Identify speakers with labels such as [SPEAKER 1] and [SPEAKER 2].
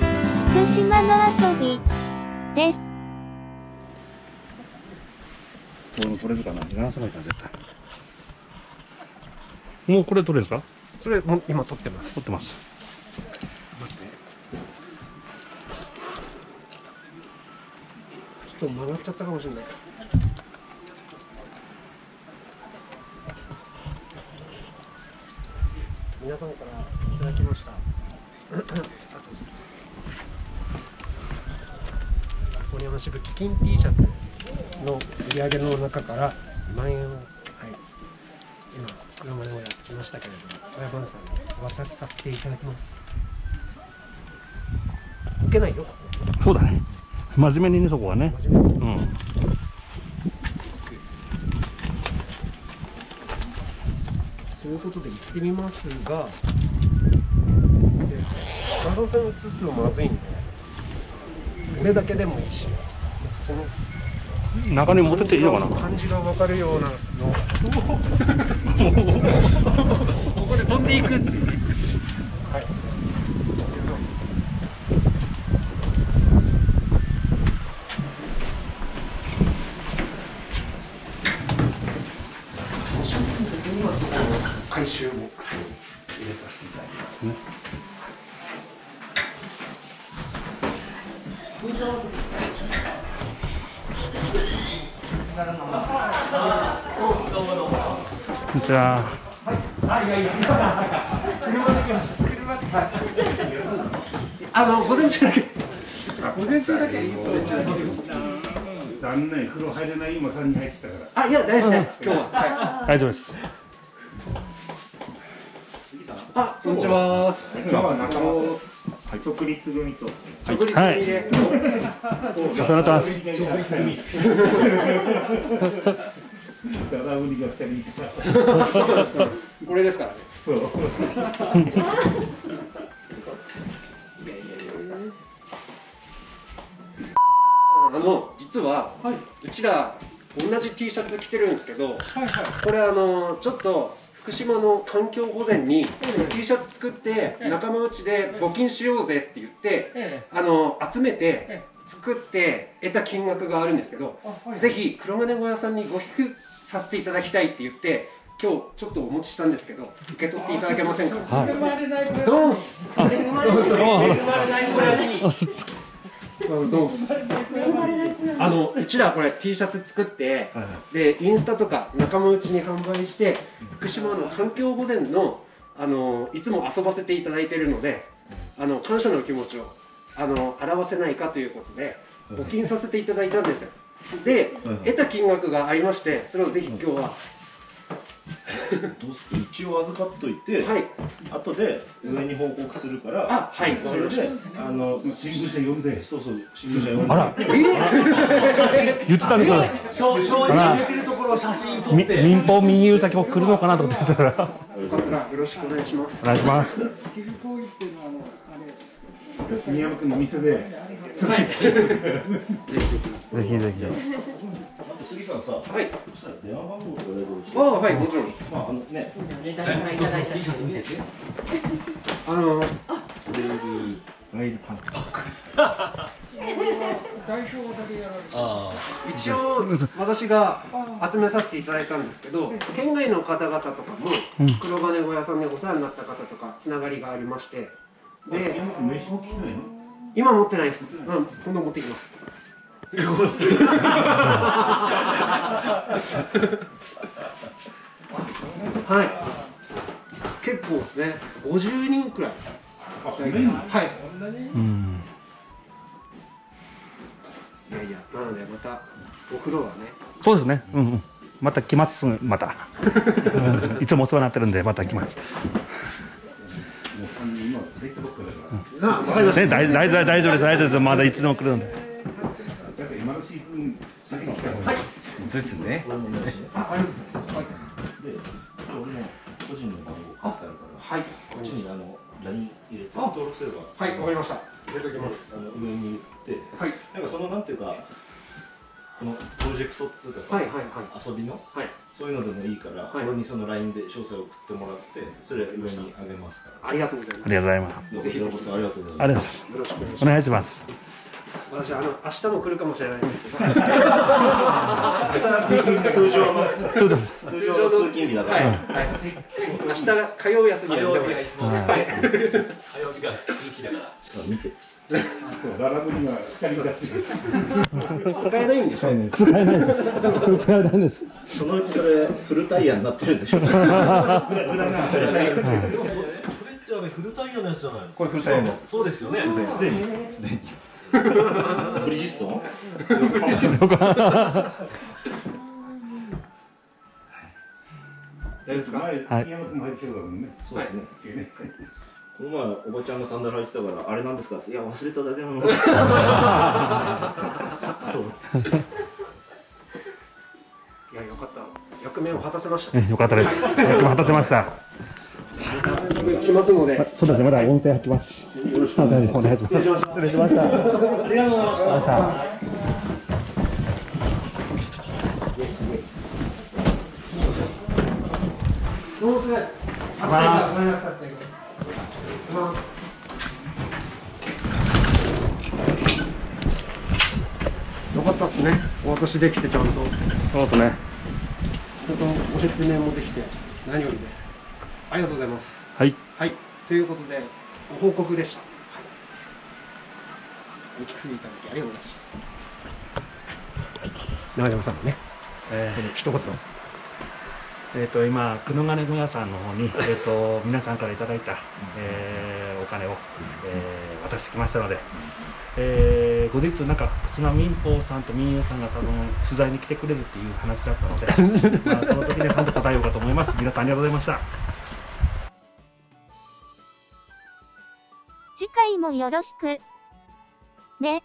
[SPEAKER 1] 福島の遊びです。
[SPEAKER 2] ボール取れるかな流さないから絶対。
[SPEAKER 3] もうこれ取れるんですか
[SPEAKER 2] それ、もう今取ってます。
[SPEAKER 3] 取ってます。
[SPEAKER 2] 待って。ちょっと曲がっちゃったかもしれない。皆さんからいただきました。森山支部基金 T シャツの売り上げの中から2万円を、はい、今、4万円をやつきましたけれども、親番さんにお渡しさせていただきます。受けないよ、
[SPEAKER 3] そうだね。真面目にね、そこはね。
[SPEAKER 2] 真面目に。
[SPEAKER 3] うん。
[SPEAKER 2] ということで行ってみますが、で画像線映すのまずいんで、目だけでもいいし、なんかその
[SPEAKER 3] 中に持ってっていいのかな
[SPEAKER 2] 感じがわかるようなの。ここで飛んでいくっていう。はい。今そこの回収ボックスに入れさせていただきますね。
[SPEAKER 3] じゃあ。
[SPEAKER 2] あの午前中だけ。
[SPEAKER 4] 午前中だけいいです残念、風呂入れない今3人入ってたから。
[SPEAKER 2] あいや大丈夫です。今日は。
[SPEAKER 3] 大丈夫です。
[SPEAKER 2] あこんにちは。
[SPEAKER 4] 今日は仲間です。直立組と。
[SPEAKER 2] 直立組で。
[SPEAKER 3] お世話になってます。
[SPEAKER 4] 立組。ダダウリが2人いたから。
[SPEAKER 2] これですからね。
[SPEAKER 4] そう。
[SPEAKER 2] あの実は、うちら同じ T シャツ着てるんですけど、これあのちょっと福島の環境保全に T シャツ作って仲間内で募金しようぜって言ってあの集めて作って得た金額があるんですけどぜひ黒金小屋さんにご寄付させていただきたいって言って今日ちょっとお持ちしたんですけど受け取っていただけませんか
[SPEAKER 3] はい
[SPEAKER 2] ドンスあのうちらこれ T シャツ作って、でインスタとか仲間内に販売して福島の環境保全のあのいつも遊ばせていただいてるのであの感謝の気持ちをあの表せないかということで募金させていただいたんですよで得た金額がありましてそれをぜひ今日はは
[SPEAKER 5] どうする一応預かっといて、
[SPEAKER 2] い
[SPEAKER 5] 後で上に報告するから、
[SPEAKER 2] あはいわ
[SPEAKER 5] そ
[SPEAKER 2] かり
[SPEAKER 5] れ
[SPEAKER 2] ました
[SPEAKER 5] で、あの、
[SPEAKER 4] 新聞社呼んで。
[SPEAKER 5] そうそう、新聞社読んで、
[SPEAKER 3] あら、言ってたんですよ。
[SPEAKER 6] 少々入れてるところを写真撮っ
[SPEAKER 3] み
[SPEAKER 6] て
[SPEAKER 3] 民放民友先も来るのかなと思ってたら、
[SPEAKER 2] よかったらよろしくお願いします
[SPEAKER 3] お願いします。
[SPEAKER 4] 宮山君の店で。
[SPEAKER 3] ぜひぜひ。
[SPEAKER 5] 杉さんさ、
[SPEAKER 2] はい
[SPEAKER 5] そしたら電話番号とかでどうし
[SPEAKER 2] あ
[SPEAKER 5] て、
[SPEAKER 2] はいもちろん
[SPEAKER 5] まあ、あのね、
[SPEAKER 6] T シャツ見せて
[SPEAKER 2] あの
[SPEAKER 6] あ
[SPEAKER 2] 一応私が集めさせていただいたんですけど県外の方々とかも黒金小屋さんでお世話になった方とかつながりがありましてで
[SPEAKER 4] 山君名刺持ってきてないの
[SPEAKER 2] 今持ってないです、うん、今度持ってき ますはい結構ですね50人くらい
[SPEAKER 4] あ、
[SPEAKER 2] はい
[SPEAKER 4] メインあ
[SPEAKER 3] うん。
[SPEAKER 2] いやいやなのでまたお風呂はね
[SPEAKER 3] そうですね。うんうん。また来ます。また。うんいつもお世話になってるんで、また来ます。
[SPEAKER 4] の今、入ったばっかだから。
[SPEAKER 2] さあ分かりました
[SPEAKER 3] ね、大大丈夫、大丈夫です。大丈夫です。まだいつでも来るんで。
[SPEAKER 4] だから今のシーズン、杉さんさ
[SPEAKER 2] はい
[SPEAKER 6] そうですね
[SPEAKER 2] あありがとうございますはい
[SPEAKER 5] で、ちょっと俺の個人の番号書いてあるか
[SPEAKER 2] は
[SPEAKER 5] ら、
[SPEAKER 2] い
[SPEAKER 5] こっちにあの、LINE 入れて、
[SPEAKER 2] あ
[SPEAKER 5] 登録すれば、
[SPEAKER 2] はい、わかりました。入れとき
[SPEAKER 5] で
[SPEAKER 2] ます。
[SPEAKER 5] あの上に行って、
[SPEAKER 2] はい。
[SPEAKER 5] なんかそのなんていうか、このプロジェクトっつうかさ、
[SPEAKER 2] はいはいはい
[SPEAKER 5] 遊びの
[SPEAKER 2] はい
[SPEAKER 5] そういうのでもいいから、
[SPEAKER 2] はい
[SPEAKER 5] 俺にその LINE で詳細を送ってもらってそれ上にあげますから
[SPEAKER 2] ありがとうございま
[SPEAKER 3] ありがとうございます。
[SPEAKER 5] どうぞ
[SPEAKER 2] ぜひぜひ
[SPEAKER 5] ようこそありがとうございます
[SPEAKER 3] ありがとうございます。
[SPEAKER 2] すよろしく
[SPEAKER 3] お
[SPEAKER 2] お願いしま
[SPEAKER 3] 願いします。
[SPEAKER 2] す私あの明日も来るかもしれないん ですけど
[SPEAKER 5] 通常の通常の通勤日だか
[SPEAKER 2] はい、
[SPEAKER 5] ら、
[SPEAKER 2] はい、明日が火曜休みなんで
[SPEAKER 6] いつも火曜日が空気だから
[SPEAKER 5] 見て
[SPEAKER 4] ララブには光が立ってる
[SPEAKER 2] 使えないんでしょ
[SPEAKER 3] 使えないです。使えないです。
[SPEAKER 5] そのうちそれフルタイヤになってるんでしょ
[SPEAKER 6] でもそれそれってあれフルタイヤのやつじゃないの
[SPEAKER 5] これフルタイヤの
[SPEAKER 6] そうですよね
[SPEAKER 5] すでにブリヂストン
[SPEAKER 2] 大丈夫ですか
[SPEAKER 4] 前杉山君も入ってきてるからね
[SPEAKER 5] そうですね、
[SPEAKER 4] っていうね
[SPEAKER 5] この前おばちゃんがサンダル履いてたからあれなんですかっていや忘れただけなの そう
[SPEAKER 2] いやよかった役目を果たせました
[SPEAKER 3] えよかったです。役も果たせました。
[SPEAKER 2] すぐ来ますので
[SPEAKER 3] そうですね。まだ音声入ってます。よろしくお願いします。失礼しました。失礼しました。ありがとうございました。
[SPEAKER 2] どうもすぐ
[SPEAKER 3] まあ
[SPEAKER 2] よかったですねお渡しできてちゃんとち
[SPEAKER 3] そうですね。
[SPEAKER 2] ゃんとご説明もできて何よりですありがとうございます
[SPEAKER 3] はい。
[SPEAKER 2] はいということでご報告でした、はい、お聞きいただきありがとうございました長島さんもね
[SPEAKER 3] えー
[SPEAKER 2] 一言
[SPEAKER 3] えー、と今、久野金具屋さんの方に、えー、と皆さんからいただいた、えーお金を、えー渡してきましたので、えー後日、なんか福島民放さんと民営さんが多分取材に来てくれるっていう話だったの で、まあ、その時にちゃんと答えようかと思います。皆さんありがとうございました
[SPEAKER 1] 次回もよろしく。ね。